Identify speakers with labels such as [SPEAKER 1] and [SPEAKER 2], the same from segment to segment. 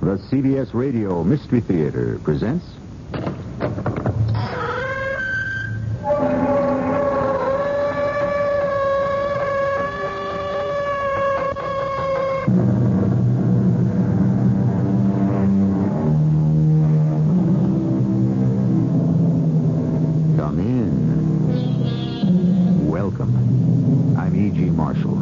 [SPEAKER 1] The CBS Radio Mystery Theater presents. Come in. Welcome. I'm E.G. Marshall.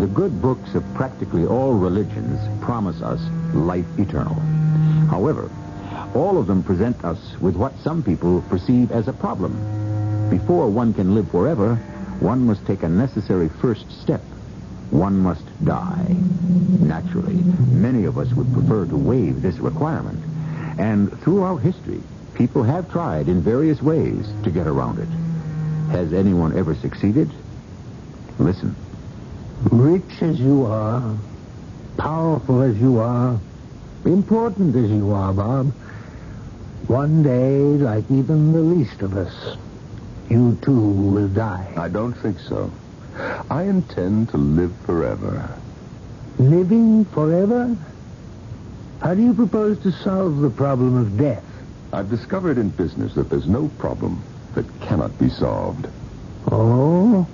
[SPEAKER 1] The good books of practically all religions promise us life eternal. However, all of them present us with what some people perceive as a problem. Before one can live forever, one must take a necessary first step. One must die. Naturally, many of us would prefer to waive this requirement. And throughout history, people have tried in various ways to get around it. Has anyone ever succeeded? Listen.
[SPEAKER 2] Rich as you are, powerful as you are, important as you are, Bob, one day, like even the least of us, you too will die.
[SPEAKER 3] I don't think so. I intend to live forever.
[SPEAKER 2] Living forever? How do you propose to solve the problem of death?
[SPEAKER 3] I've discovered in business that there's no problem that cannot be solved.
[SPEAKER 2] Oh?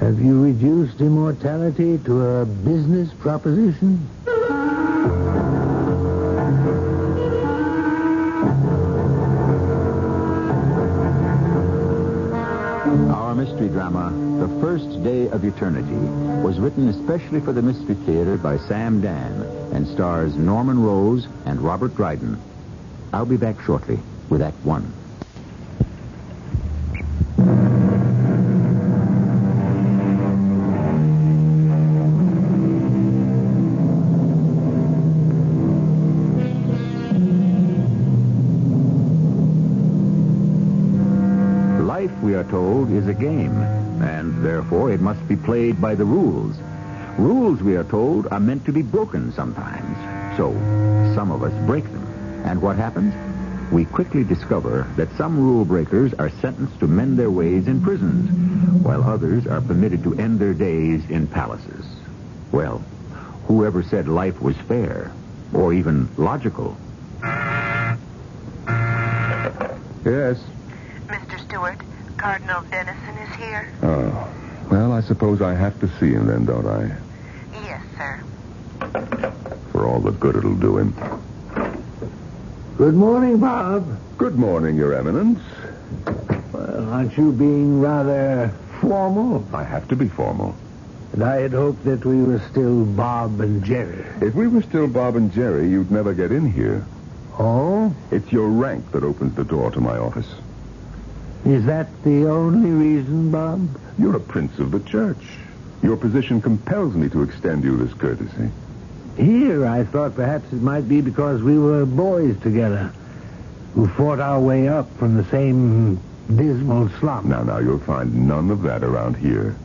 [SPEAKER 2] Have you reduced immortality to a business proposition?
[SPEAKER 1] Our mystery drama, The First Day of Eternity, was written especially for the Mystery Theater by Sam Dan and stars Norman Rose and Robert Dryden. I'll be back shortly with Act One. Life, we are told, is a game, and therefore it must be played by the rules. Rules, we are told, are meant to be broken sometimes. So, some of us break them. And what happens? We quickly discover that some rule breakers are sentenced to mend their ways in prisons, while others are permitted to end their days in palaces. Well, whoever said life was fair, or even logical?
[SPEAKER 3] Yes.
[SPEAKER 4] Mr. Stewart, Cardinal Dennison is here.
[SPEAKER 3] Oh. Well, I suppose I have to see him then, don't I?
[SPEAKER 4] Yes, sir.
[SPEAKER 3] For all the good it'll do him.
[SPEAKER 2] Good morning, Bob.
[SPEAKER 3] Good morning, Your Eminence.
[SPEAKER 2] Well, aren't you being rather formal?
[SPEAKER 3] I have to be formal.
[SPEAKER 2] And I had hoped that we were still Bob and Jerry.
[SPEAKER 3] If we were still Bob and Jerry, you'd never get in here.
[SPEAKER 2] Oh?
[SPEAKER 3] It's your rank that opens the door to my office.
[SPEAKER 2] Is that the only reason, Bob?
[SPEAKER 3] You're a prince of the church. Your position compels me to extend you this courtesy.
[SPEAKER 2] Here, I thought perhaps it might be because we were boys together who fought our way up from the same dismal slump.
[SPEAKER 3] Now, now, you'll find none of that around here.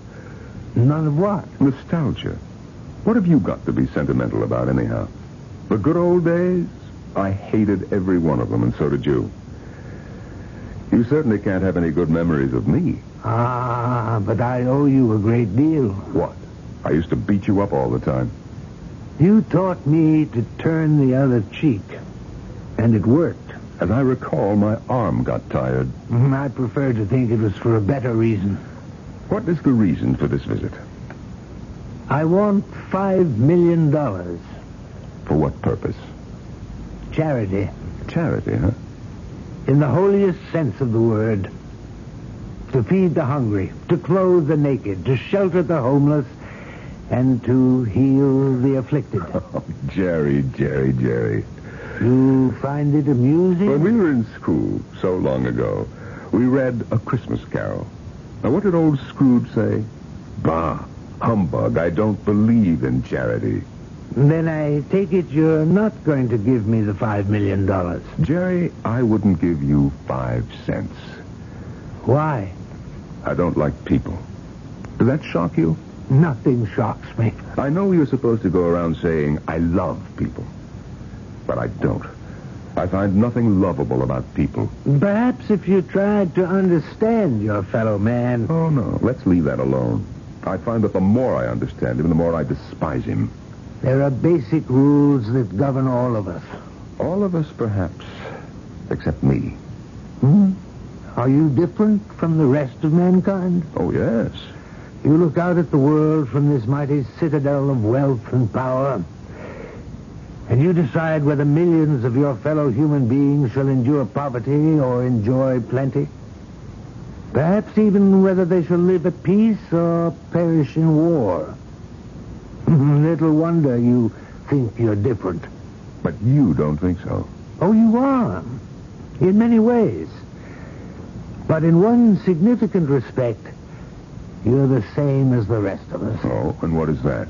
[SPEAKER 2] None of what?
[SPEAKER 3] Nostalgia. What have you got to be sentimental about, anyhow? The good old days? I hated every one of them, and so did you. You certainly can't have any good memories of me.
[SPEAKER 2] Ah, but I owe you a great deal.
[SPEAKER 3] What? I used to beat you up all the time.
[SPEAKER 2] You taught me to turn the other cheek, and it worked.
[SPEAKER 3] As I recall, my arm got tired.
[SPEAKER 2] Mm, I prefer to think it was for a better reason.
[SPEAKER 3] What is the reason for this visit?
[SPEAKER 2] I want five million dollars.
[SPEAKER 3] For what purpose?
[SPEAKER 2] Charity,
[SPEAKER 3] Charity, huh?
[SPEAKER 2] in the holiest sense of the word. To feed the hungry, to clothe the naked, to shelter the homeless, and to heal the afflicted.
[SPEAKER 3] Oh, Jerry, Jerry, Jerry.
[SPEAKER 2] You find it amusing?
[SPEAKER 3] When we were in school, so long ago, we read A Christmas Carol. Now, what did old Scrooge say? Bah, humbug, I don't believe in charity.
[SPEAKER 2] Then I take it you're not going to give me the five million dollars.
[SPEAKER 3] Jerry, I wouldn't give you five cents.
[SPEAKER 2] Why?
[SPEAKER 3] I don't like people. Does that shock you?
[SPEAKER 2] Nothing shocks me.
[SPEAKER 3] I know you're supposed to go around saying, I love people. But I don't. I find nothing lovable about people.
[SPEAKER 2] Perhaps if you tried to understand your fellow man.
[SPEAKER 3] Oh, no. Let's leave that alone. I find that the more I understand him, the more I despise him.
[SPEAKER 2] There are basic rules that govern all of us.
[SPEAKER 3] All of us, perhaps, except me.
[SPEAKER 2] Hmm? Are you different from the rest of mankind?
[SPEAKER 3] Oh, yes.
[SPEAKER 2] You look out at the world from this mighty citadel of wealth and power, and you decide whether millions of your fellow human beings shall endure poverty or enjoy plenty. Perhaps even whether they shall live at peace or perish in war. Little wonder you think you're different.
[SPEAKER 3] But you don't think so.
[SPEAKER 2] Oh, you are. In many ways. But in one significant respect, you're the same as the rest of us.
[SPEAKER 3] Oh, and what is that?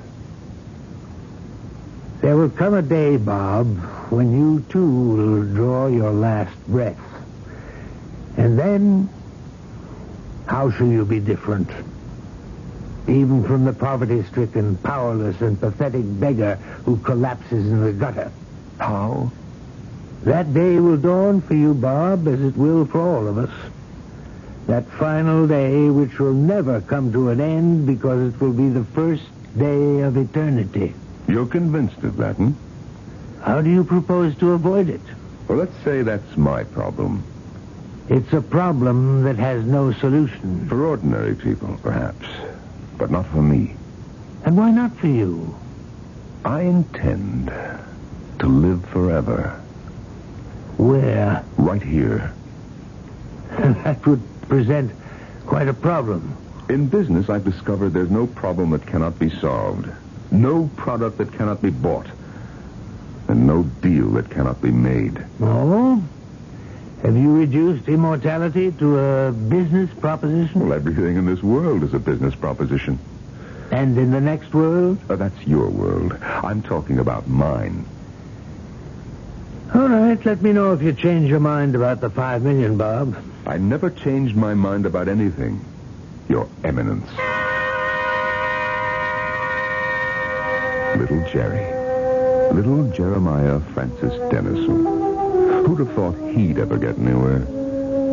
[SPEAKER 2] There will come a day, Bob, when you too will draw your last breath. And then, how shall you be different? Even from the poverty stricken, powerless, and pathetic beggar who collapses in the gutter.
[SPEAKER 3] How?
[SPEAKER 2] That day will dawn for you, Bob, as it will for all of us. That final day which will never come to an end because it will be the first day of eternity.
[SPEAKER 3] You're convinced of that, hmm?
[SPEAKER 2] How do you propose to avoid it?
[SPEAKER 3] Well, let's say that's my problem.
[SPEAKER 2] It's a problem that has no solution.
[SPEAKER 3] For ordinary people, perhaps, but not for me.
[SPEAKER 2] And why not for you?
[SPEAKER 3] I intend to live forever,
[SPEAKER 2] Where?
[SPEAKER 3] right here.
[SPEAKER 2] that would present quite a problem.
[SPEAKER 3] In business, I've discovered there's no problem that cannot be solved, no product that cannot be bought, and no deal that cannot be made.
[SPEAKER 2] No? Oh? Have you reduced immortality to a business proposition?
[SPEAKER 3] Well, everything in this world is a business proposition.
[SPEAKER 2] And in the next world?
[SPEAKER 3] Uh, that's your world. I'm talking about mine.
[SPEAKER 2] All right, let me know if you change your mind about the five million, Bob.
[SPEAKER 3] I never changed my mind about anything. Your Eminence. Little Jerry. Little Jeremiah Francis Dennison. Who'd have thought he'd ever get anywhere?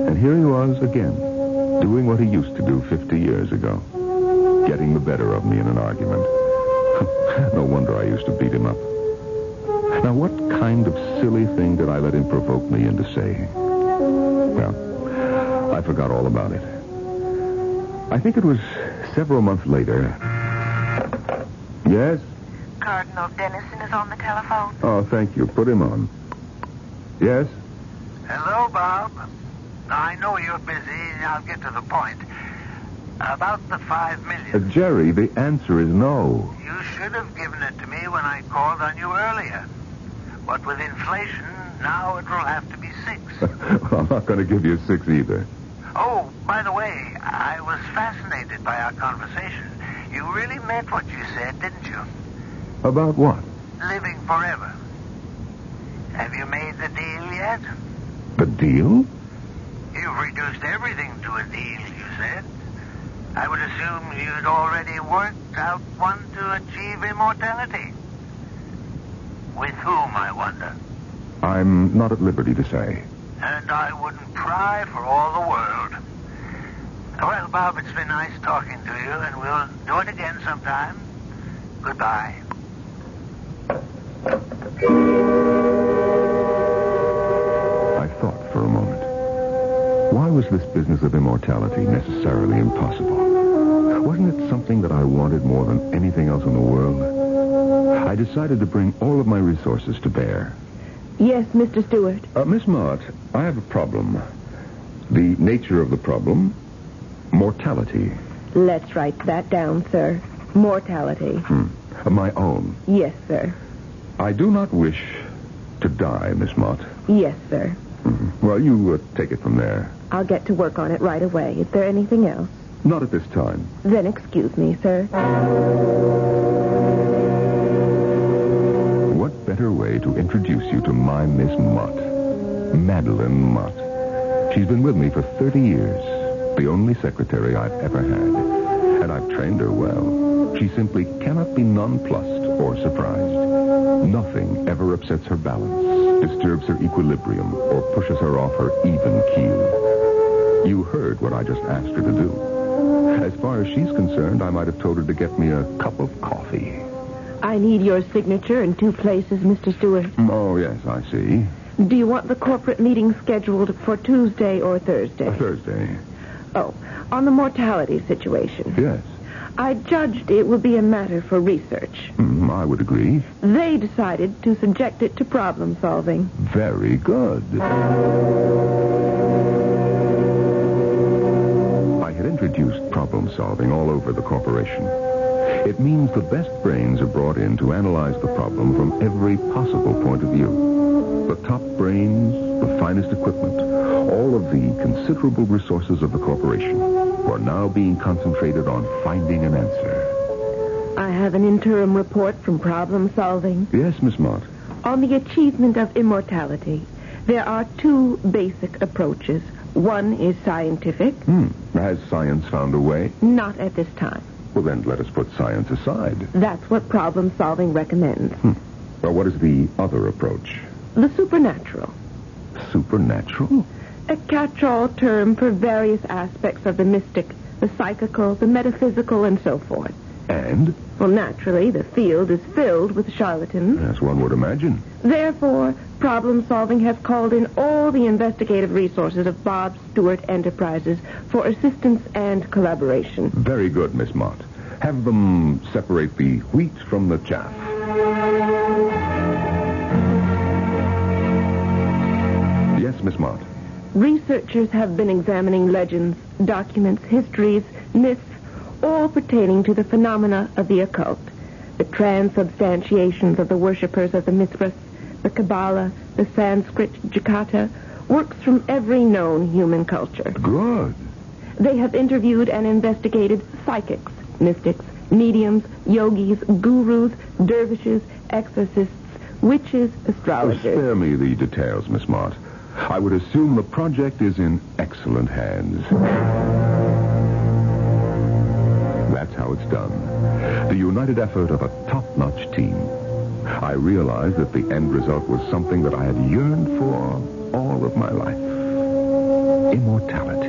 [SPEAKER 3] And here he was again, doing what he used to do 50 years ago. Getting the better of me in an argument. no wonder I used to beat him up. Now, what kind of silly thing did I let him provoke me into saying? Well, I forgot all about it. I think it was several months later. Yes?
[SPEAKER 4] Cardinal Dennison is on the telephone.
[SPEAKER 3] Oh, thank you. Put him on. Yes?
[SPEAKER 5] Hello, Bob. I know you're busy. I'll get to the point. About the five
[SPEAKER 3] Uh,
[SPEAKER 5] million.
[SPEAKER 3] Jerry, the answer is no.
[SPEAKER 5] You should have given it to me when I called on you earlier. But with inflation, now it will have to be six.
[SPEAKER 3] I'm not going to give you six either.
[SPEAKER 5] oh, by the way, I was fascinated by our conversation. You really meant what you said, didn't you?
[SPEAKER 3] About what?
[SPEAKER 5] Living forever. Have you made the deal yet?
[SPEAKER 3] The deal?
[SPEAKER 5] You've reduced everything to a deal, you said. I would assume you'd already worked out one to achieve immortality. With whom, I wonder?
[SPEAKER 3] I'm not at liberty to say.
[SPEAKER 5] And I wouldn't pry for all the world. Well, Bob, it's been nice talking to you, and we'll do it again sometime. Goodbye.
[SPEAKER 3] I thought for a moment. Why was this business of immortality necessarily impossible? Wasn't it something that I wanted more than anything else in the world? I decided to bring all of my resources to bear.
[SPEAKER 6] Yes, Mr. Stewart.
[SPEAKER 3] Uh, Miss Mott, I have a problem. The nature of the problem mortality.
[SPEAKER 6] Let's write that down, sir. Mortality.
[SPEAKER 3] Hmm. Uh, My own.
[SPEAKER 6] Yes, sir.
[SPEAKER 3] I do not wish to die, Miss Mott.
[SPEAKER 6] Yes, sir.
[SPEAKER 3] Hmm. Well, you uh, take it from there.
[SPEAKER 6] I'll get to work on it right away. Is there anything else?
[SPEAKER 3] Not at this time.
[SPEAKER 6] Then excuse me, sir.
[SPEAKER 3] What better way to introduce you to my Miss Mott? Madeline Mott. She's been with me for 30 years, the only secretary I've ever had. And I've trained her well. She simply cannot be nonplussed or surprised. Nothing ever upsets her balance, disturbs her equilibrium, or pushes her off her even keel. You heard what I just asked her to do. As far as she's concerned, I might have told her to get me a cup of coffee.
[SPEAKER 6] I need your signature in two places, Mr. Stewart.
[SPEAKER 3] Oh, yes, I see.
[SPEAKER 6] Do you want the corporate meeting scheduled for Tuesday or Thursday?
[SPEAKER 3] Thursday.
[SPEAKER 6] Oh, on the mortality situation.
[SPEAKER 3] Yes.
[SPEAKER 6] I judged it would be a matter for research.
[SPEAKER 3] Hmm, I would agree.
[SPEAKER 6] They decided to subject it to problem solving.
[SPEAKER 3] Very good. I had introduced problem solving all over the corporation. It means the best brains are brought in to analyze the problem from every possible point of view. The top brains, the finest equipment, all of the considerable resources of the corporation are now being concentrated on finding an answer.
[SPEAKER 6] I have an interim report from problem solving
[SPEAKER 3] Yes, Miss Mott.
[SPEAKER 6] on the achievement of immortality. There are two basic approaches. One is scientific,
[SPEAKER 3] Hmm. Has science found a way?
[SPEAKER 6] not at this time.
[SPEAKER 3] Well, then let us put science aside.
[SPEAKER 6] That's what problem solving recommends.
[SPEAKER 3] Well, what is the other approach?
[SPEAKER 6] The supernatural,
[SPEAKER 3] Supernatural?
[SPEAKER 6] a catch-all term for various aspects of the mystic, the psychical, the metaphysical, and so forth.
[SPEAKER 3] And,
[SPEAKER 6] Well, naturally, the field is filled with charlatans.
[SPEAKER 3] as one would imagine,
[SPEAKER 6] Therefore, problem solving has called in all the investigative resources of Bob Stewart Enterprises for assistance and collaboration.
[SPEAKER 3] very good, Miss Mott. Have them separate the wheat from the chaff. Yes, Miss Mott.
[SPEAKER 6] Researchers have been examining legends, documents, histories, myths, all pertaining to the phenomena of the occult. The transubstantiations of the worshippers of the Mithras, the Kabbalah, the Sanskrit Jataka, works from every known human culture.
[SPEAKER 3] Good.
[SPEAKER 6] They have interviewed and investigated psychics, mystics, mediums, yogis, gurus, dervishes, exorcists, witches, astrologers.
[SPEAKER 3] Spare me the details, Miss Mott. I would assume the project is in excellent hands. That's how it's done. The united effort of a top-notch team. I realized that the end result was something that I had yearned for all of my life. Immortality.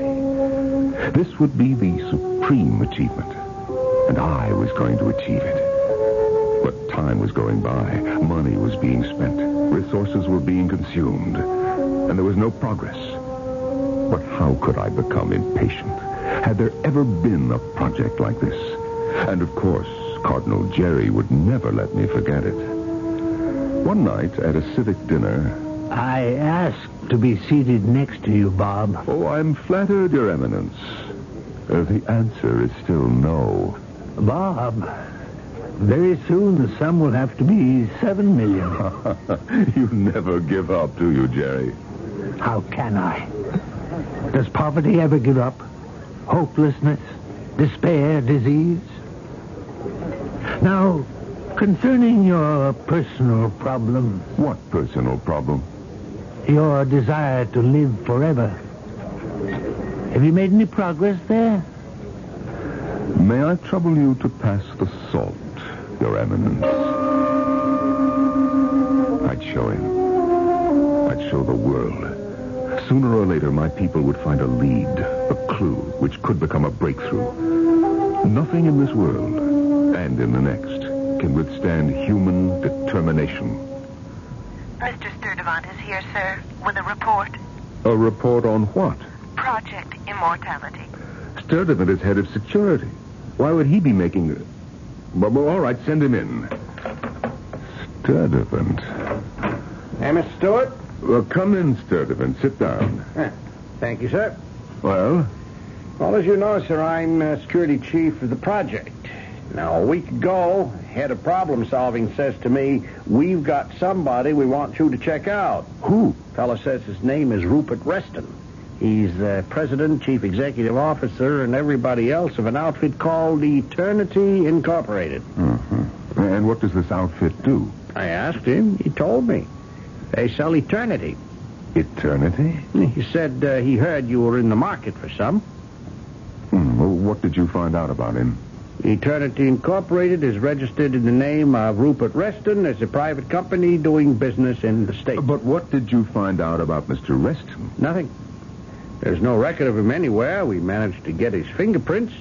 [SPEAKER 3] This would be the supreme achievement. And I was going to achieve it. But time was going by, money was being spent, resources were being consumed, and there was no progress. But how could I become impatient? Had there ever been a project like this? And of course, Cardinal Jerry would never let me forget it. One night at a civic dinner,
[SPEAKER 2] I asked to be seated next to you, Bob.
[SPEAKER 3] oh, I'm flattered, Your Eminence. Uh, the answer is still no.
[SPEAKER 2] Bob, very soon the sum will have to be seven million.
[SPEAKER 3] you never give up, do you, Jerry?
[SPEAKER 2] How can I? Does poverty ever give up? Hopelessness? Despair? Disease? Now, concerning your personal problem,
[SPEAKER 3] What personal problem?
[SPEAKER 2] your desire to live forever, have you made any progress there?
[SPEAKER 3] May I trouble you to pass the salt, Your Eminence? I'd show him. I'd show the world. Sooner or later, my people would find a lead, a clue, which could become a breakthrough. Nothing in this world, and in the next, can withstand human determination.
[SPEAKER 4] Mr. Sturdivant is here, sir, with a report.
[SPEAKER 3] A report on what?
[SPEAKER 4] Project Immortality.
[SPEAKER 3] Sturdivant is head of security. Why would he be making it? Well, well, all right, send him in. Sturdivant.
[SPEAKER 7] Hey, Mr. Stewart?
[SPEAKER 3] Well, come in, Sturdivant. Sit down.
[SPEAKER 7] Huh. Thank you, sir.
[SPEAKER 3] Well,
[SPEAKER 7] Well, as you know, sir, I'm uh, security chief of the project. Now, a week ago, head of problem solving says to me, We've got somebody we want you to check out.
[SPEAKER 3] who?
[SPEAKER 7] Fellow says his name is Rupert Reston. He's uh, president, chief executive officer, and everybody else of an outfit called Eternity Incorporated.
[SPEAKER 3] And what does this outfit do?
[SPEAKER 7] I asked him. He told me. They sell eternity.
[SPEAKER 3] Eternity?
[SPEAKER 7] He said uh, he heard you were in the market for some.
[SPEAKER 3] Hmm, well, what did you find out about him?
[SPEAKER 7] Eternity Incorporated is registered in the name of Rupert Reston as a private company doing business in the state.
[SPEAKER 3] But what did you find out about Mr. Reston?
[SPEAKER 7] Nothing. There's no record of him anywhere. We managed to get his fingerprints.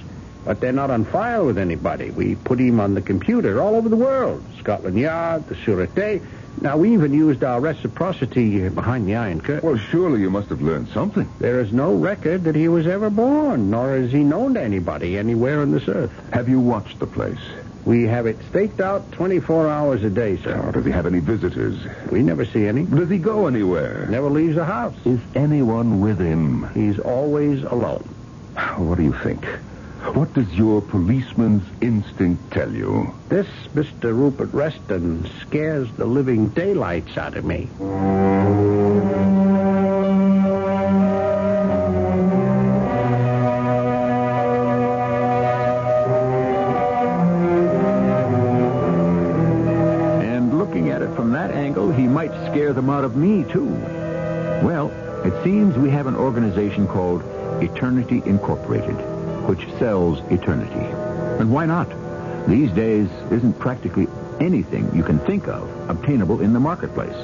[SPEAKER 7] But they're not on file with anybody. We put him on the computer all over the world Scotland Yard, the Surete. Now, we even used our reciprocity behind the Iron Curtain.
[SPEAKER 3] Well, surely you must have learned something.
[SPEAKER 7] There is no record that he was ever born, nor is he known to anybody anywhere on this earth.
[SPEAKER 3] Have you watched the place?
[SPEAKER 7] We have it staked out 24 hours a day,
[SPEAKER 3] Or
[SPEAKER 7] sir.
[SPEAKER 3] does he have any visitors?
[SPEAKER 7] We never see any.
[SPEAKER 3] Does he go anywhere?
[SPEAKER 7] Never leaves the house.
[SPEAKER 3] Is anyone with him?
[SPEAKER 7] He's always alone.
[SPEAKER 3] What do you think? What does your policeman's instinct tell you?
[SPEAKER 7] This Mr. Rupert Reston scares the living daylights out of me.
[SPEAKER 1] And looking at it from that angle, he might scare them out of me, too. Well, it seems we have an organization called Eternity Incorporated, which sells eternity. And why not? These days, isn't practically anything you can think of obtainable in the marketplace.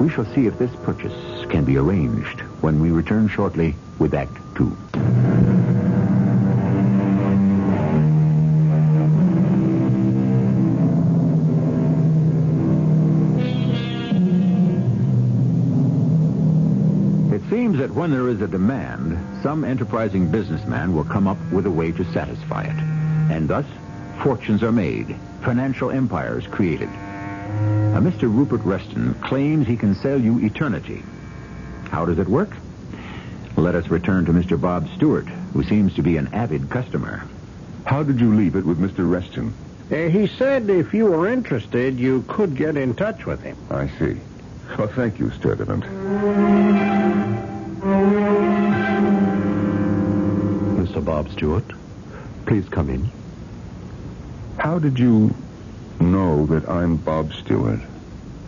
[SPEAKER 1] We shall see if this purchase can be arranged when we return shortly with Act Two. It seems that when there is a demand, some enterprising businessman will come up with a way to satisfy it. And thus, fortunes are made, financial empires created. Now, Mr. Rupert Reston claims he can sell you eternity. How does it work? Let us return to Mr. Bob Stewart, who seems to be an avid customer.
[SPEAKER 3] How did you leave it with Mr. Reston?
[SPEAKER 7] Uh, he said if you were interested, you could get in touch with him.
[SPEAKER 3] I see. Well, thank you, Sturdivant.
[SPEAKER 8] Mr. Bob Stewart, please come in.
[SPEAKER 3] How did you know that I'm Bob Stewart?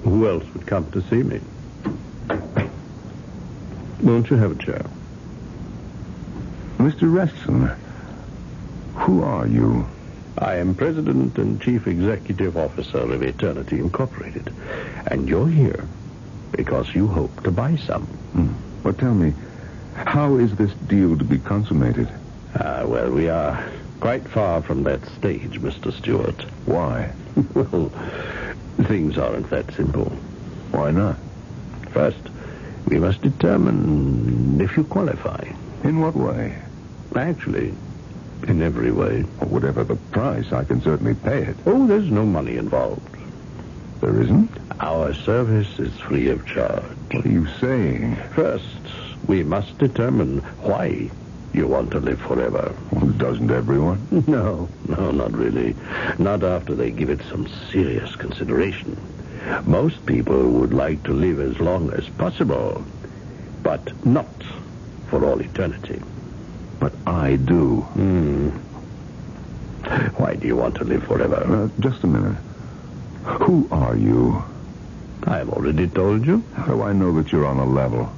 [SPEAKER 8] Who else would come to see me? Won't you have a chair?
[SPEAKER 3] Mr. Reston, who are you?
[SPEAKER 8] I am President and Chief Executive Officer of Eternity Incorporated, and you're here because you hope to buy some.
[SPEAKER 3] Well, tell me, how is this deal to be consummated?
[SPEAKER 8] Ah, well, we are quite far from that stage, Mr. Stewart.
[SPEAKER 3] Why?
[SPEAKER 8] well, things aren't that simple.
[SPEAKER 3] Why not?
[SPEAKER 8] First, we must determine if you qualify.
[SPEAKER 3] In what way?
[SPEAKER 8] Actually, in every way.
[SPEAKER 3] Or whatever the price, I can certainly pay it.
[SPEAKER 8] Oh, there's no money involved.
[SPEAKER 3] There isn't?
[SPEAKER 8] Our service is free of charge.
[SPEAKER 3] What are you saying?
[SPEAKER 8] First, we must determine why you want to live forever.
[SPEAKER 3] Well, doesn't everyone?
[SPEAKER 8] No, no, not really. Not after they give it some serious consideration. Most people would like to live as long as possible, but not for all eternity. Hmm.
[SPEAKER 3] But I do.
[SPEAKER 8] Why do you want to live forever?
[SPEAKER 3] Uh, just a minute. Who are you?
[SPEAKER 8] I've already told you.
[SPEAKER 3] How do I know that you're on a level?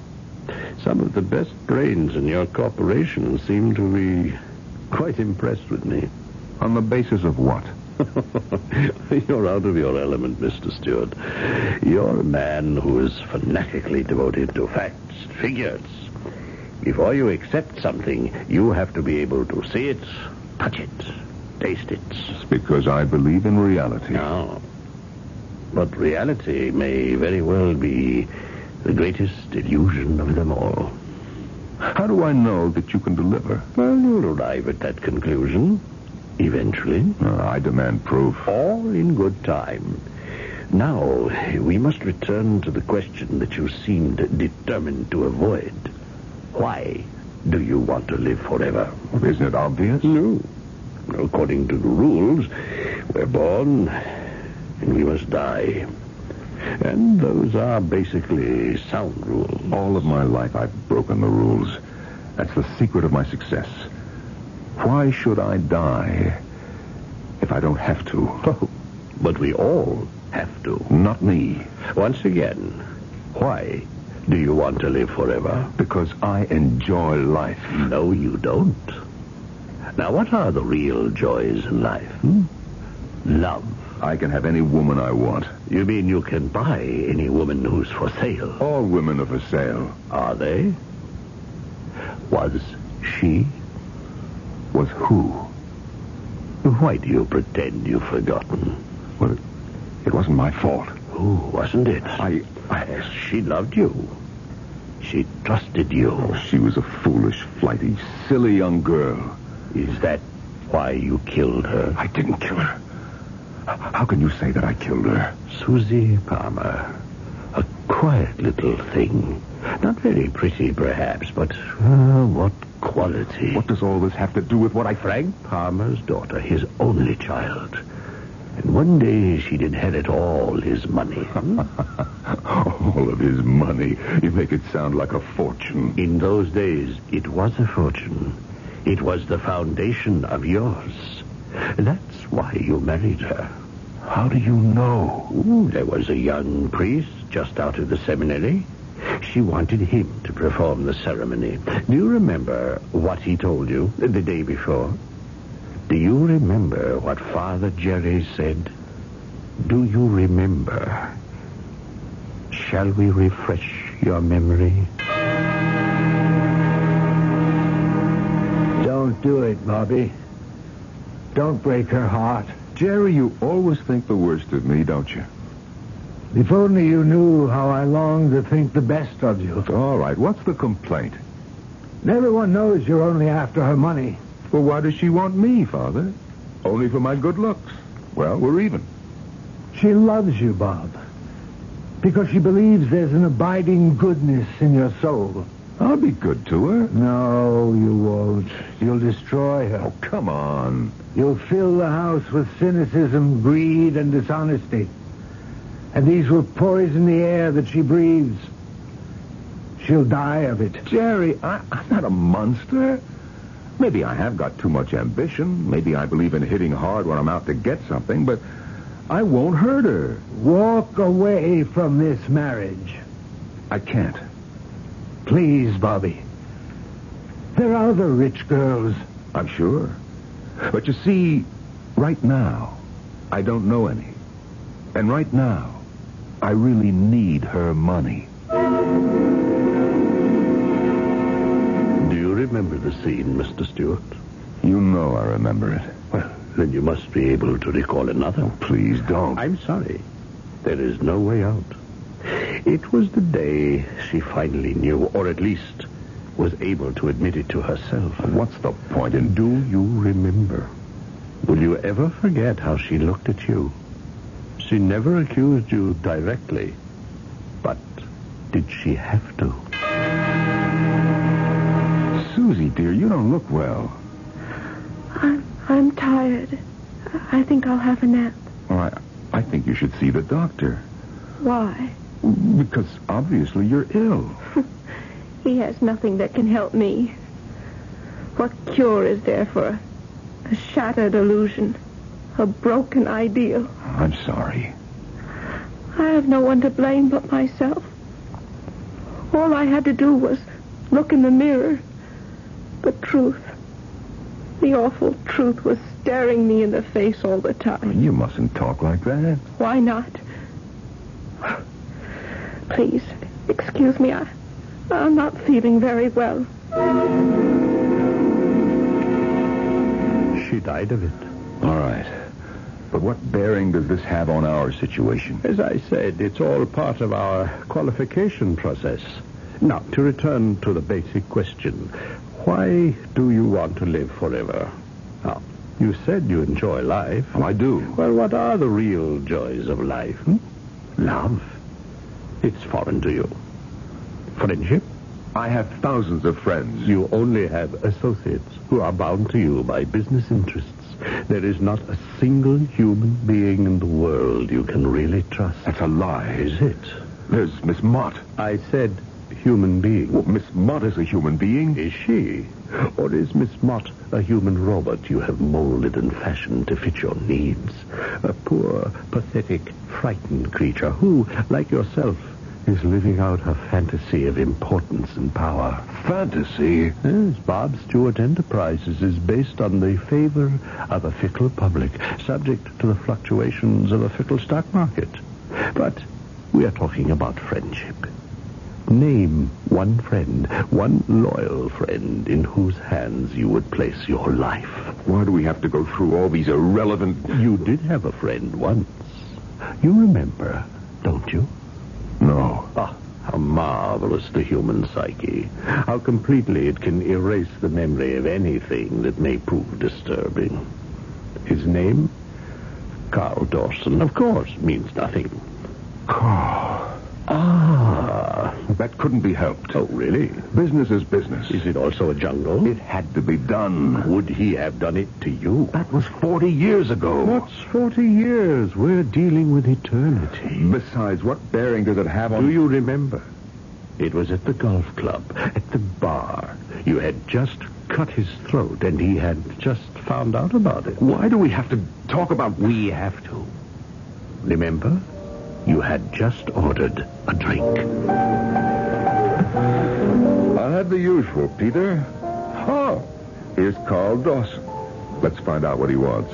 [SPEAKER 8] Some of the best brains in your corporation seem to be quite impressed with me.
[SPEAKER 3] On the basis of what?
[SPEAKER 8] You're out of your element, Mr. Stewart. You're a man who is fanatically devoted to facts, figures. Before you accept something, you have to be able to see it, touch it, taste it.
[SPEAKER 3] Because I believe in reality.
[SPEAKER 8] Now, but reality may very well be the greatest illusion of them all.
[SPEAKER 3] How do I know that you can deliver?
[SPEAKER 8] Well, you'll arrive at that conclusion eventually.
[SPEAKER 3] Uh, I demand proof.
[SPEAKER 8] All in good time. Now, we must return to the question that you seemed determined to avoid. Why do you want to live forever?
[SPEAKER 3] Isn't it obvious?
[SPEAKER 8] No. According to the rules, we're born and we must die. And those are basically sound rules.
[SPEAKER 3] All of my life I've broken the rules. That's the secret of my success. Why should I die if I don't have to?
[SPEAKER 8] Oh, but we all have to.
[SPEAKER 3] Not me,
[SPEAKER 8] Once again, why do you want to live forever?
[SPEAKER 3] because I enjoy life.
[SPEAKER 8] No, you don't. Now, what are the real joys in life? hmm? Love.
[SPEAKER 3] I can have any woman I want.
[SPEAKER 8] You mean you can buy any woman who's for sale?
[SPEAKER 3] All women are for sale.
[SPEAKER 8] Are they? Was she?
[SPEAKER 3] Was who?
[SPEAKER 8] Why do you pretend you've forgotten?
[SPEAKER 3] Well, it, it wasn't my fault.
[SPEAKER 8] Oh, wasn't it?
[SPEAKER 3] I, I,
[SPEAKER 8] She loved you. She trusted you.
[SPEAKER 3] oh, she was a foolish, flighty, silly young girl.
[SPEAKER 8] Is that why you killed her?
[SPEAKER 3] I didn't kill her. H- How can you say that I killed her?
[SPEAKER 8] Susie Palmer. A quiet little thing. Not very pretty, perhaps, but uh, what quality.
[SPEAKER 3] What does all this have to do with what I fragged?
[SPEAKER 8] Palmer's daughter, his only child. And one day she'd inherit all his money.
[SPEAKER 3] All of his money. You make it sound like a fortune.
[SPEAKER 8] In those days, it was a fortune. It was the foundation of yours. That's why you married her.
[SPEAKER 3] How do you know?
[SPEAKER 8] Ooh, there was a young priest just out of the seminary. She wanted him to perform the ceremony. Do you remember what he told you the day before? Do you remember what Father Jerry said? Do you remember? Shall we refresh your memory?
[SPEAKER 2] Don't do it, Bobby. Don't break her heart.
[SPEAKER 3] Jerry, you always think the worst of me, don't you?
[SPEAKER 2] If only you knew how I long to think the best of you.
[SPEAKER 3] All right, what's the complaint?
[SPEAKER 2] Everyone knows you're only after her money.
[SPEAKER 3] Well, why does she want me, Father? Only for my good looks. Well, we're even.
[SPEAKER 2] She loves you, Bob. Because she believes there's an abiding goodness in your soul.
[SPEAKER 3] I'll be good to her.
[SPEAKER 2] No, you won't. You'll destroy her.
[SPEAKER 3] Oh, come on.
[SPEAKER 2] You'll fill the house with cynicism, greed, and dishonesty. And these will poison the air that she breathes. She'll die of it.
[SPEAKER 3] Jerry, I, I'm not a monster. Maybe I have got too much ambition. Maybe I believe in hitting hard when I'm out to get something, but I won't hurt her.
[SPEAKER 2] Walk away from this marriage.
[SPEAKER 3] I can't.
[SPEAKER 2] Please, Bobby. There are other rich girls.
[SPEAKER 3] I'm sure. But you see, right now, I don't know any. And right now, I really need her money.
[SPEAKER 8] Do you remember the scene, Mr. Stewart?
[SPEAKER 3] You know I remember it. Oh,
[SPEAKER 8] Well, then you must be able to recall another.
[SPEAKER 3] Please don't.
[SPEAKER 8] I'm sorry. There is no way out. It was the day she finally knew, or at least was able to admit it to herself.
[SPEAKER 3] What's the point in
[SPEAKER 8] Do you remember? Will you ever forget how she looked at you? She never accused you directly, but did she have to?
[SPEAKER 3] Susie, dear, you don't look well.
[SPEAKER 6] I'm, I'm tired. I think I'll have a nap.
[SPEAKER 3] Well, I, I think you should see the doctor.
[SPEAKER 6] Why?
[SPEAKER 3] Because obviously you're ill.
[SPEAKER 6] He has nothing that can help me. What cure is there for a shattered illusion, a broken ideal?
[SPEAKER 3] I'm sorry.
[SPEAKER 6] I have no one to blame but myself. All I had to do was look in the mirror. The truth, the awful truth, was staring me in the face all the time.
[SPEAKER 3] You mustn't talk like that.
[SPEAKER 6] Why not? Please, excuse me. I, I'm not feeling very well.
[SPEAKER 8] She died of it.
[SPEAKER 3] All right. But what bearing does this have on our situation?
[SPEAKER 8] As I said, it's all part of our qualification process. Now, to return to the basic question why do you want to live forever? Now, you said you enjoy life.
[SPEAKER 3] Well, I do.
[SPEAKER 8] Well, what are the real joys of life? hmm? Love. It's foreign to you. Friendship.
[SPEAKER 3] I have thousands of friends.
[SPEAKER 8] You only have associates who are bound to you by business interests. There is not a single human being in the world you can really trust.
[SPEAKER 3] That's a lie.
[SPEAKER 8] Is it?
[SPEAKER 3] There's Miss Mott.
[SPEAKER 8] I said human being.
[SPEAKER 3] Well, Miss Mott is a human being.
[SPEAKER 8] Is she? Or is Miss Mott a human robot you have molded and fashioned to fit your needs? A poor, pathetic, frightened creature who, like yourself, is living out her fantasy of importance and power.
[SPEAKER 3] Fantasy.
[SPEAKER 8] Yes, Bob Stewart Enterprises is based on the favor of a fickle public, subject to the fluctuations of a fickle stock market. But we are talking about friendship. Name one friend, one loyal friend in whose hands you would place your life.
[SPEAKER 3] Why do we have to go through all these irrelevant.
[SPEAKER 8] You did have a friend once. You remember, don't you?
[SPEAKER 3] No.
[SPEAKER 8] Ah, how marvelous the human psyche. How completely it can erase the memory of anything that may prove disturbing. His name? Carl Dawson, of course, means nothing.
[SPEAKER 3] Carl.
[SPEAKER 8] Ah.
[SPEAKER 3] That couldn't be helped.
[SPEAKER 8] Oh, really?
[SPEAKER 3] Business is business.
[SPEAKER 8] Is it also a jungle?
[SPEAKER 3] It had to be done.
[SPEAKER 8] Would he have done it to you?
[SPEAKER 3] That was 40 years ago.
[SPEAKER 8] What's 40 years? We're dealing with eternity.
[SPEAKER 3] Besides, what bearing does it have on.
[SPEAKER 8] Do you remember? It was at the golf club, at the bar. You had just cut his throat, and he had just found out about it.
[SPEAKER 3] Why do we have to talk about.
[SPEAKER 8] We have to. Remember? You had just ordered a drink.
[SPEAKER 3] I'll have the usual, Peter. Oh, here's Carl Dawson. Let's find out what he wants.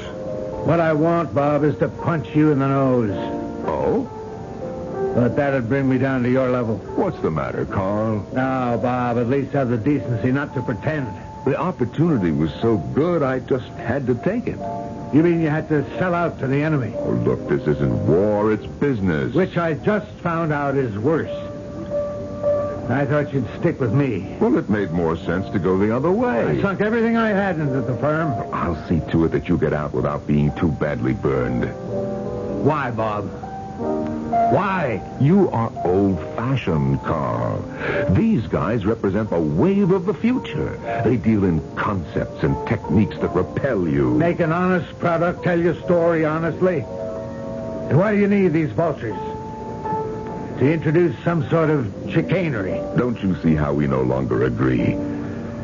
[SPEAKER 2] What I want, Bob, is to punch you in the nose.
[SPEAKER 3] Oh?
[SPEAKER 2] But that'd bring me down to your level.
[SPEAKER 3] What's the matter, Carl?
[SPEAKER 2] Now, Bob, at least have the decency not to pretend.
[SPEAKER 3] The opportunity was so good, I just had to take it. Oh,
[SPEAKER 2] You mean you had to sell out to the enemy?
[SPEAKER 3] look, this isn't war, it's business.
[SPEAKER 2] Which I just found out is worse. I thought you'd stick with me.
[SPEAKER 3] Well, it made more sense to go the other
[SPEAKER 2] I
[SPEAKER 3] way.
[SPEAKER 2] sunk everything I had into the firm.
[SPEAKER 3] I'll see to it that you get out without being too badly burned.
[SPEAKER 2] Why, Bob? Why?
[SPEAKER 3] You are old fashioned, Carl. These guys represent a wave of the future. They deal in concepts and techniques that repel you.
[SPEAKER 2] Make an honest product, tell your story honestly. And why do you need these vultures? To introduce some sort of chicanery.
[SPEAKER 3] Don't you see how we no longer agree?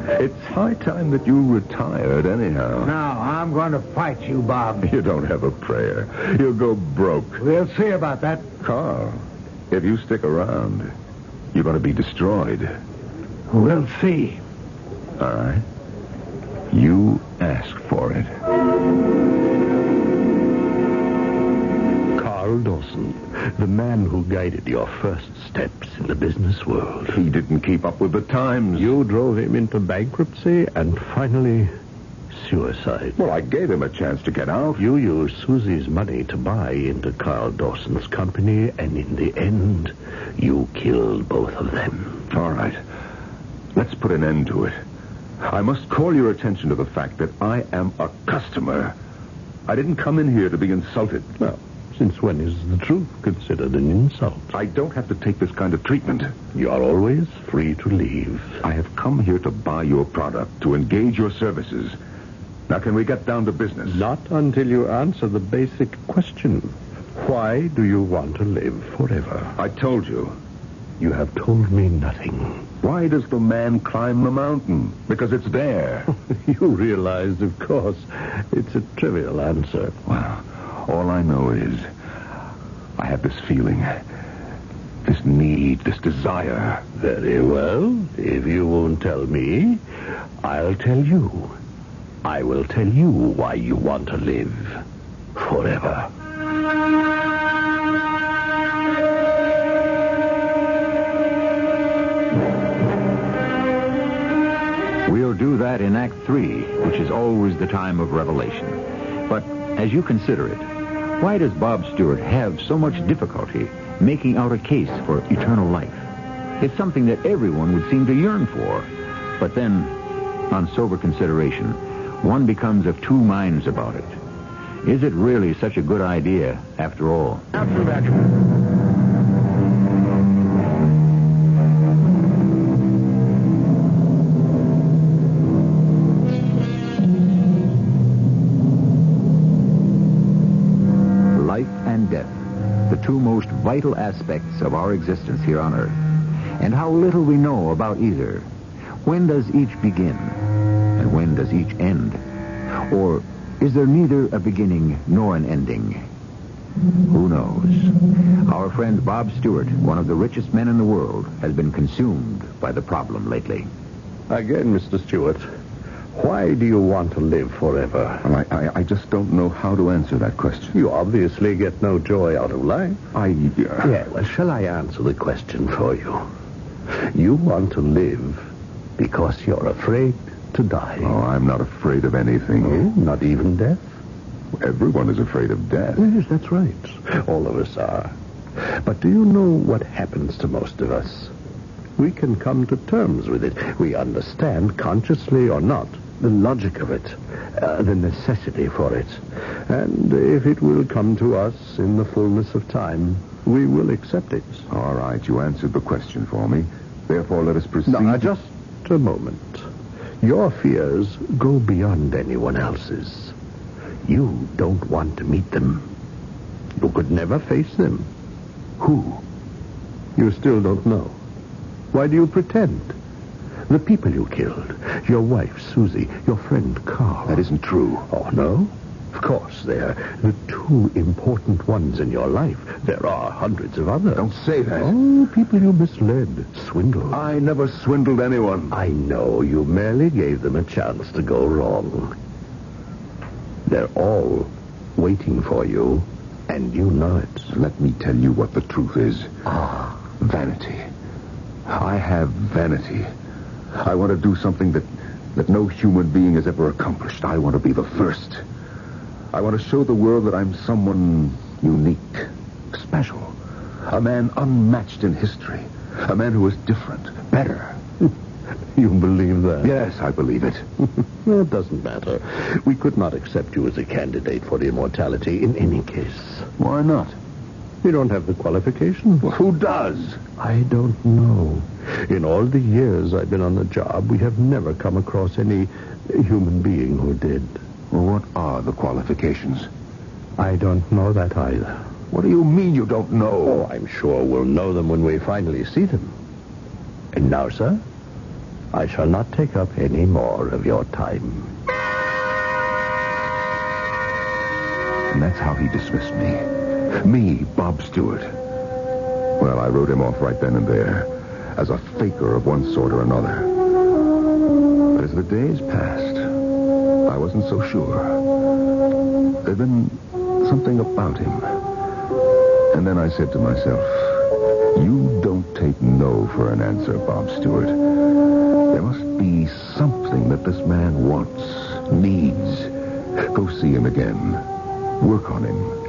[SPEAKER 3] It's high time that you retired, anyhow.
[SPEAKER 2] Now, I'm going to fight you, Bob.
[SPEAKER 3] You don't have a prayer. You'll go broke.
[SPEAKER 2] We'll see about that.
[SPEAKER 3] Carl, if you stick around, you're going to be destroyed.
[SPEAKER 2] We'll see.
[SPEAKER 3] All right. You ask for it.
[SPEAKER 8] Carl Dawson, the man who guided your first steps in the business world.
[SPEAKER 3] He didn't keep up with the times.
[SPEAKER 8] You drove him into bankruptcy and finally suicide.
[SPEAKER 3] Well, I gave him a chance to get out.
[SPEAKER 8] You used Susie's money to buy into Carl Dawson's company, and in the end, you killed both of them.
[SPEAKER 3] All right. Let's put an end to it. I must call your attention to the fact that I am a customer. I didn't come in here to be insulted.
[SPEAKER 8] Well, since when is the truth considered an insult?
[SPEAKER 3] I don't have to take this kind of treatment.
[SPEAKER 8] You are always free to leave.
[SPEAKER 3] I have come here to buy your product, to engage your services. Now, can we get down to business?
[SPEAKER 8] Not until you answer the basic question Why do you want to live forever?
[SPEAKER 3] I told you.
[SPEAKER 8] You have told me nothing.
[SPEAKER 3] Why does the man climb the mountain? Because it's there.
[SPEAKER 8] You realized, of course, it's a trivial answer.
[SPEAKER 3] Well, all I know is I have this feeling, this need, this desire.
[SPEAKER 8] Very well. If you won't tell me, I'll tell you. I will tell you why you want to live forever.
[SPEAKER 1] We'll do that in Act 3, which is always the time of revelation. But as you consider it, why does Bob Stewart have so much difficulty making out a case for eternal life? It's something that everyone would seem to yearn for. But then, on sober consideration, one becomes of two minds about it. Is it really such a good idea after all? Life and death, the two most vital aspects of our existence here on Earth, and how little we know about either. When does each begin? And when does each end? Or is there neither a beginning nor an ending? Who knows? Our friend Bob Stewart, one of the richest men in the world, has been consumed by the problem lately.
[SPEAKER 8] Again, Mr. Stewart, why do you want to live forever?
[SPEAKER 3] Well, I, I, I just don't know how to answer that question.
[SPEAKER 8] You obviously get no joy out of life.
[SPEAKER 3] I. uh,
[SPEAKER 8] Yeah, well, shall I answer the question for you?
[SPEAKER 9] You want to live because you're afraid to die.
[SPEAKER 3] Oh, I'm not afraid of anything.
[SPEAKER 9] Not even death.
[SPEAKER 3] Everyone is afraid of death.
[SPEAKER 9] Yes, that's right. All of us are. But do you know what happens to most of us? We can come to terms with it. We understand, consciously or not, the logic of it, uh, the necessity for it. And if it will come to us in the fullness of time, we will accept it.
[SPEAKER 3] All right, you answered the question for me. Therefore, let us proceed.
[SPEAKER 9] Now, uh, just a moment. Your fears go beyond anyone else's. You don't want to meet them. You could never face them. Who? You still don't know. Why do you pretend? The people you killed. Your wife, Susie. Your friend, Carl.
[SPEAKER 3] That isn't true.
[SPEAKER 9] Oh, no? Of course, they're the two important ones in your life. There are hundreds of others.
[SPEAKER 3] Don't say that.
[SPEAKER 9] Oh, people you misled, swindled.
[SPEAKER 3] I never swindled anyone.
[SPEAKER 9] I know you merely gave them a chance to go wrong. They're all waiting for you, and you know it. Ah.
[SPEAKER 3] Let me tell you what the truth is. Vanity. I have vanity. I want to do something that, that no human being has ever accomplished. I want to be the first. I want to show the world that I'm someone unique, special, a man unmatched in history, a man who is different, better.
[SPEAKER 9] You believe that?
[SPEAKER 3] Yes, I believe it.
[SPEAKER 9] Well, it doesn't matter. We could not accept you as a candidate for immortality in any case.
[SPEAKER 3] Why not?
[SPEAKER 9] You don't have the qualification.
[SPEAKER 3] Who does?
[SPEAKER 9] I don't know. In all the years I've been on the job, we have never come across any human being who did.
[SPEAKER 3] Well, what are the qualifications?
[SPEAKER 9] I don't know that either.
[SPEAKER 3] What do you mean you don't know?
[SPEAKER 9] Oh, I'm sure we'll know them when we finally see them. And now, sir, I shall not take up any more of your time.
[SPEAKER 3] And that's how he dismissed me. Me, Bob Stewart. Well, I wrote him off right then and there as a faker of one sort or another. But as the days passed, I wasn't so sure. There'd been something about him. And then I said to myself, You don't take no for an answer, Bob Stewart. There must be something that this man wants, needs. Go see him again. Work on him.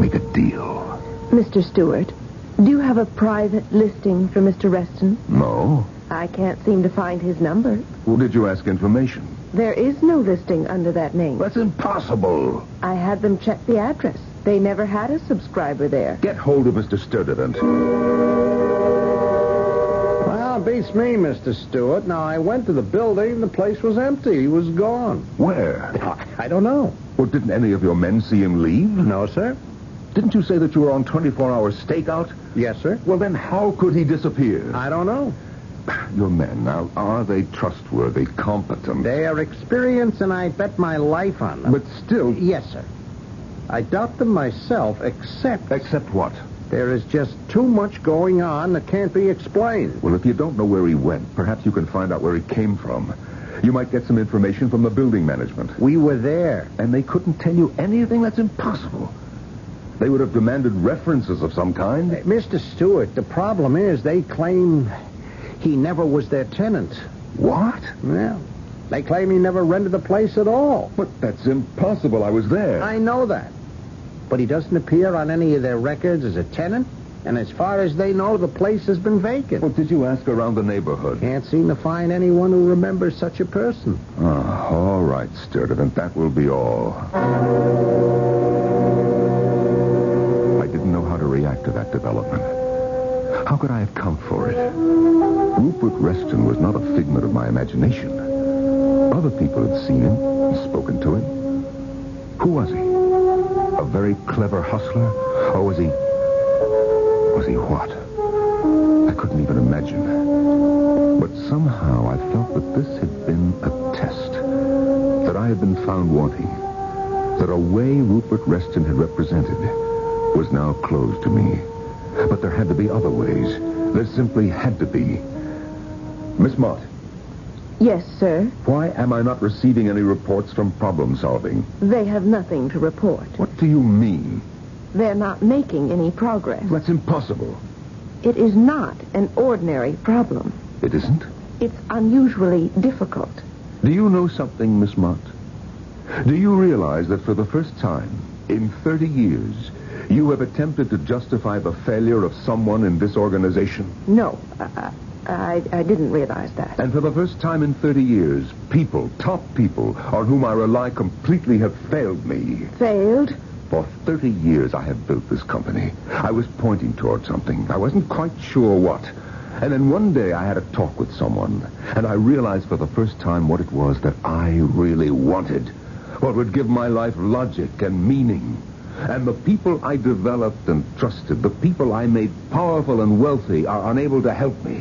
[SPEAKER 3] Make a deal.
[SPEAKER 6] Mr. Stewart, do you have a private listing for Mr. Reston?
[SPEAKER 3] No?
[SPEAKER 6] I can't seem to find his number.
[SPEAKER 3] Well, did you ask information?
[SPEAKER 6] There is no listing under that name.
[SPEAKER 3] That's impossible.
[SPEAKER 6] I had them check the address. They never had a subscriber there.
[SPEAKER 3] Get hold of Mr. Sturdivant.
[SPEAKER 2] Well, beats me, Mr. Stewart. Now, I went to the building. The place was empty. He was gone.
[SPEAKER 3] Where?
[SPEAKER 2] I, I don't know.
[SPEAKER 3] Well, didn't any of your men see him leave?
[SPEAKER 2] No, sir.
[SPEAKER 3] Didn't you say that you were on 24-hour stakeout?
[SPEAKER 2] Yes, sir.
[SPEAKER 3] Well, then how could he disappear?
[SPEAKER 2] I don't know.
[SPEAKER 3] Ah, Your men, now, are they trustworthy, competent?
[SPEAKER 2] They are experienced, and I bet my life on them.
[SPEAKER 3] But still...
[SPEAKER 2] Yes, sir. I doubt them myself, except
[SPEAKER 3] Except what?
[SPEAKER 2] there is just too much going on that can't be explained.
[SPEAKER 3] Well, if you don't know where he went, perhaps you can find out where he came from. You might get some information from the building management.
[SPEAKER 2] We were there.
[SPEAKER 3] And they couldn't tell you anything that's impossible. They would have demanded references of some kind.
[SPEAKER 2] Hey, Mr. Stewart, the problem is they claim he never was their tenant.
[SPEAKER 3] What?
[SPEAKER 2] Well, they claim he never rented the place at all.
[SPEAKER 3] But that's impossible. I was there.
[SPEAKER 2] I know that. But he doesn't appear on any of their records as a tenant, and as far as they know, the place has been vacant.
[SPEAKER 3] Well, did you ask around the neighborhood?
[SPEAKER 2] Can't seem to find anyone who remembers such a person.
[SPEAKER 3] Ah, all right, Sturdivant. That will be all. I didn't know how to react to that development. How could I have come for it? Rupert Reston was not a figment of my imagination. Other people had seen him and spoken to him. Who was he? A very clever hustler? Or was he. Was he what? I couldn't even imagine. But somehow I felt that this had been a test. That I had been found wanting. That a way Rupert Reston had represented was now closed to me. But there had to be other ways. There simply had to be. Miss Mott,
[SPEAKER 6] Yes, sir.
[SPEAKER 3] why am I not receiving any reports from problem solving?
[SPEAKER 6] They have nothing to report.
[SPEAKER 3] What do you mean?
[SPEAKER 6] They're not making any progress.
[SPEAKER 3] That's impossible.
[SPEAKER 6] It is not an ordinary problem.
[SPEAKER 3] It isn't?
[SPEAKER 6] It's unusually difficult.
[SPEAKER 3] Do you know something, Miss Mott? Do you realize that for the first time in 30 years, you have attempted to justify the failure of someone in this organization?
[SPEAKER 6] No, I, I, I didn't realize that.
[SPEAKER 3] And for the first time in 30 years, people, top people, on whom I rely completely have failed me.
[SPEAKER 6] Failed?
[SPEAKER 3] For 30 years, I have built this company. I was pointing toward something. I wasn't quite sure what. And then one day I had a talk with someone, and I realized for the first time what it was that I really wanted. What would give my life logic and meaning. And the people I developed and trusted, the people I made powerful and wealthy, are unable to help me.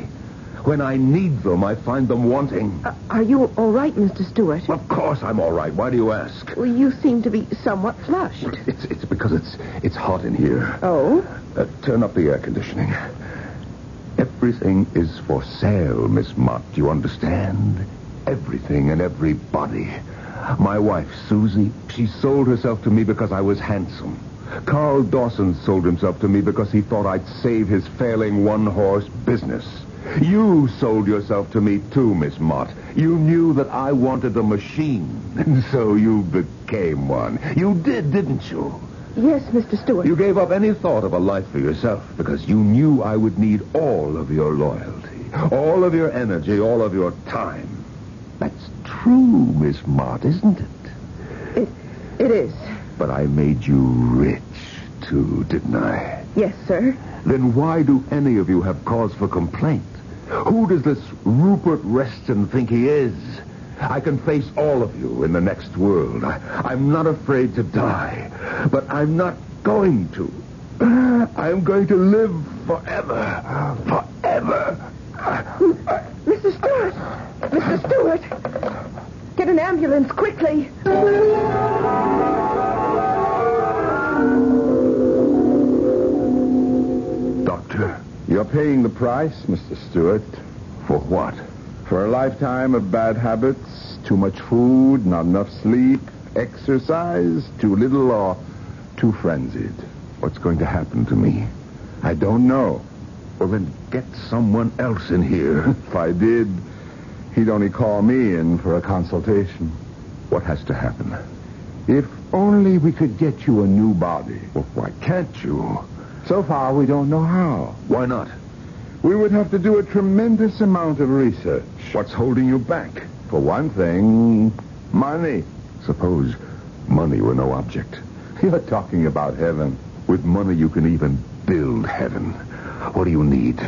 [SPEAKER 3] When I need them, I find them wanting.
[SPEAKER 6] Uh, are you all right, Mr. Stewart?
[SPEAKER 3] Of course I'm all right. Why do you ask?
[SPEAKER 6] Well, you seem to be somewhat flushed.
[SPEAKER 3] It's, it's because it's, it's hot in here.
[SPEAKER 6] Oh?
[SPEAKER 3] Uh, turn up the air conditioning. Everything is for sale, Miss Mott. You understand? Everything and everybody. My wife, Susie, she sold herself to me because I was handsome. Carl Dawson sold himself to me because he thought I'd save his failing one-horse business. You sold yourself to me too, Miss Mott. You knew that I wanted a machine, and so you became one. You did, didn't you?
[SPEAKER 6] Yes, Mr. Stewart.
[SPEAKER 3] You gave up any thought of a life for yourself because you knew I would need all of your loyalty, all of your energy, all of your time. That's true, Miss Mott, isn't it?
[SPEAKER 6] It, it is.
[SPEAKER 3] But I made you rich, too, didn't I?
[SPEAKER 6] Yes, sir.
[SPEAKER 3] Then why do any of you have cause for complaint? Who does this Rupert Reston think he is? I can face all of you in the next world. I, am not afraid to die, but I'm not going to. I'm going to live forever. Forever.
[SPEAKER 6] Mr. Stewart! Mr. Stewart! Get an ambulance quickly!
[SPEAKER 3] Doctor,
[SPEAKER 10] You're paying the price, Mr. Stewart,
[SPEAKER 3] for what?
[SPEAKER 10] for a lifetime of bad habits, too much food, not enough sleep, exercise, too little or too frenzied.
[SPEAKER 3] What's going to happen to me?
[SPEAKER 10] I don't know.
[SPEAKER 3] Well, then get someone else in here.
[SPEAKER 10] If I did, he'd only call me in for a consultation.
[SPEAKER 3] What has to happen?
[SPEAKER 10] If only we could get you a new body.
[SPEAKER 3] Well, why can't you?
[SPEAKER 10] So far, we don't know how.
[SPEAKER 3] Why not?
[SPEAKER 10] We would have to do a tremendous amount of research.
[SPEAKER 3] What's holding you back?
[SPEAKER 10] For one thing, money.
[SPEAKER 3] Suppose money were no object.
[SPEAKER 10] You're talking about heaven.
[SPEAKER 3] With money, you can even build heaven. What do you need?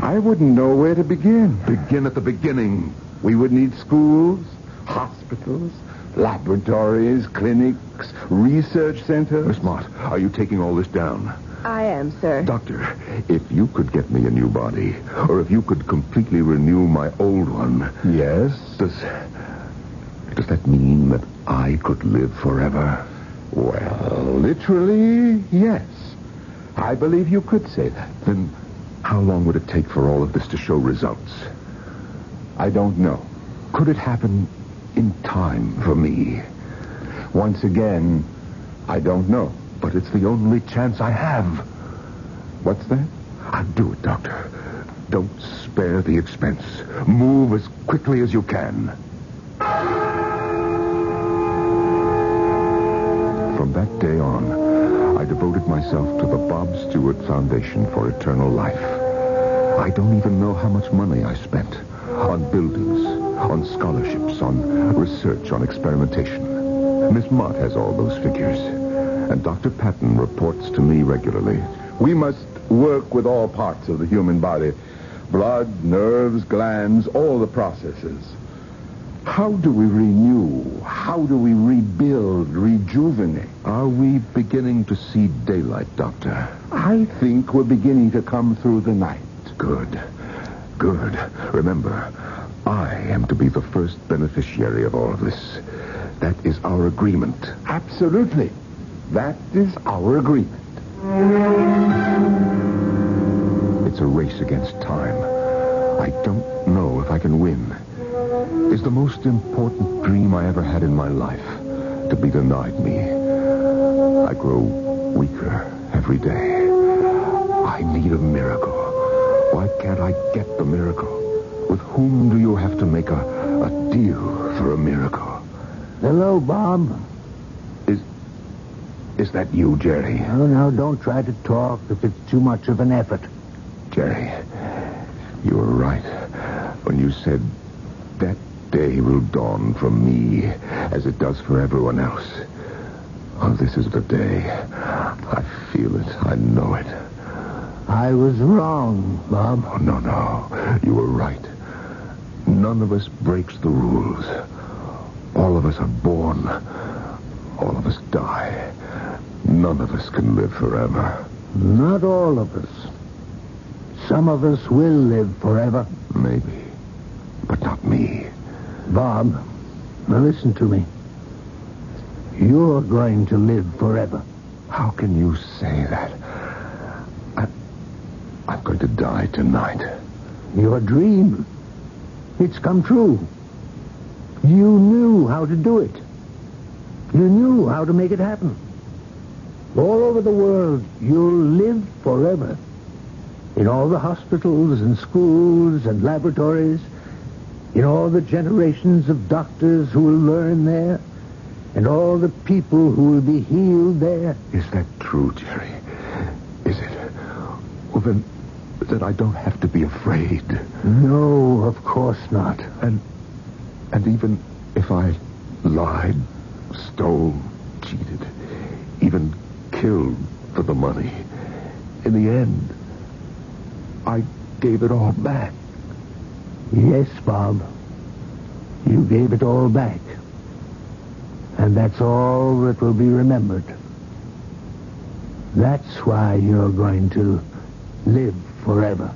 [SPEAKER 10] I wouldn't know where to begin.
[SPEAKER 3] Begin at the beginning.
[SPEAKER 10] We would need schools, hospitals, laboratories, clinics, research centers.
[SPEAKER 3] Miss Mott, are you taking all this down?
[SPEAKER 6] I am, sir.
[SPEAKER 3] Doctor, if you could get me a new body, or if you could completely renew my old one,
[SPEAKER 10] Yes?
[SPEAKER 3] does. Does that mean that I could live forever?
[SPEAKER 10] Well, literally, yes. I believe you could say that.
[SPEAKER 3] Then how long would it take for all of this to show results?
[SPEAKER 10] I don't know.
[SPEAKER 3] Could it happen in time for me?
[SPEAKER 10] Once again, I don't know.
[SPEAKER 3] But it's the only chance I have.
[SPEAKER 10] What's that?
[SPEAKER 3] I'll do it, Doctor. Don't spare the expense. Move as quickly as you can. From that day on, I devoted myself to the Bob Stewart Foundation for Eternal Life. I don't even know how much money I spent on buildings, on scholarships, on research, on experimentation. Miss Mott has all those figures, and Dr. Patton reports to me regularly.
[SPEAKER 10] We must work with all parts of the human body blood, nerves, glands, all the processes. How do we renew? How do we rebuild, rejuvenate?
[SPEAKER 3] Are we beginning to see daylight, Doctor?
[SPEAKER 10] I think we're beginning to come through the night.
[SPEAKER 3] Good. Good. Remember, I am to be the first beneficiary of all of this. That is our agreement.
[SPEAKER 10] Absolutely. That is our agreement.
[SPEAKER 3] It's a race against time. I don't know if I can win. It's the most important dream I ever had in my life to be denied me. I grow weaker every day. I need a miracle. to make a, a deal for a miracle.
[SPEAKER 2] Hello, Bob.
[SPEAKER 3] Is that you, Jerry?
[SPEAKER 2] No, no, don't try to talk if it's too much of an effort.
[SPEAKER 3] Jerry, you were right when you said that day will dawn for me as it does for everyone else. Oh, this is the day. I feel it. I know it.
[SPEAKER 2] I was wrong, Bob.
[SPEAKER 3] Oh, no, no. You were right. None of us breaks the rules. All of us are born. All of us die. None of us can live forever.
[SPEAKER 2] Not all of us. Some of us will live forever.
[SPEAKER 3] Maybe. But not me.
[SPEAKER 2] Bob, now listen to me. You're going to live forever.
[SPEAKER 3] How can you say that? I, I'm going to die tonight.
[SPEAKER 2] Your dream. It's come true. You knew how to do it. You knew how to make it happen. All over the world, you'll live forever. In all the hospitals and schools and laboratories, in all the generations of doctors who will learn there, and all the people who will be healed there.
[SPEAKER 3] Is that true, Jerry? Is it? Well, then, then I don't have to be afraid.
[SPEAKER 2] No, of course not.
[SPEAKER 3] And, and even if I lied, stole, cheated, even killed for the money, in the end, I gave it all back.
[SPEAKER 2] Yes, Bob. You gave it all back. And that's all that will be remembered. That's why you're going to live forever.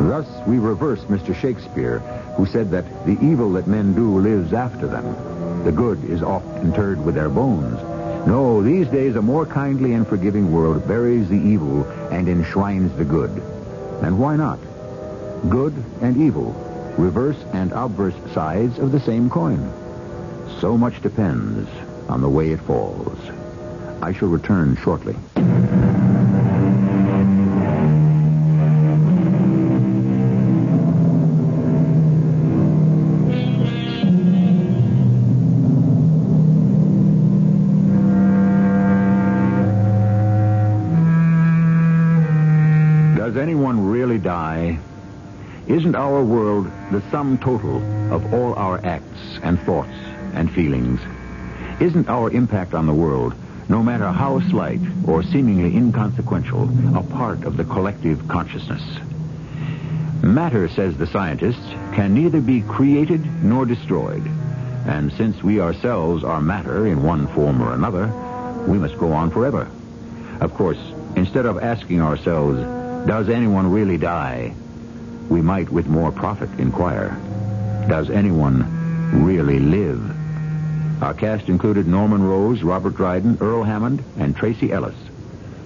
[SPEAKER 1] Thus, we reverse Mr. Shakespeare, who said that the evil that men do lives after them. The good is oft interred with their bones. No, these days a more kindly and forgiving world buries the evil and enshrines the good. And why not? Good and evil, reverse and obverse sides of the same coin. So much depends on the way it falls. I shall return shortly. Does anyone really die? Isn't our world the sum total of all our acts and thoughts and feelings? Isn't our impact on the world, no matter how slight or seemingly inconsequential, a part of the collective consciousness? Matter, says the scientist, can neither be created nor destroyed. And since we ourselves are matter in one form or another, we must go on forever. Of course, instead of asking ourselves, does anyone really die? We might with more profit inquire, does anyone really live? Our cast included Norman Rose, Robert Dryden, Earl Hammond, and Tracy Ellis.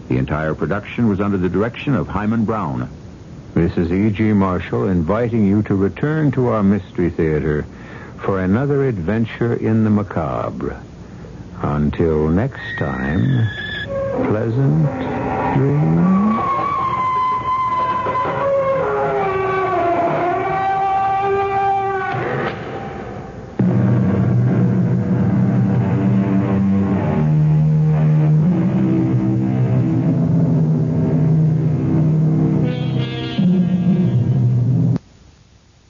[SPEAKER 1] The entire production was under the direction of Hyman Brown.
[SPEAKER 11] This is E.G. E. Marshall inviting you to return to our Mystery Theater for another adventure in the macabre. Until next time, pleasant dreams.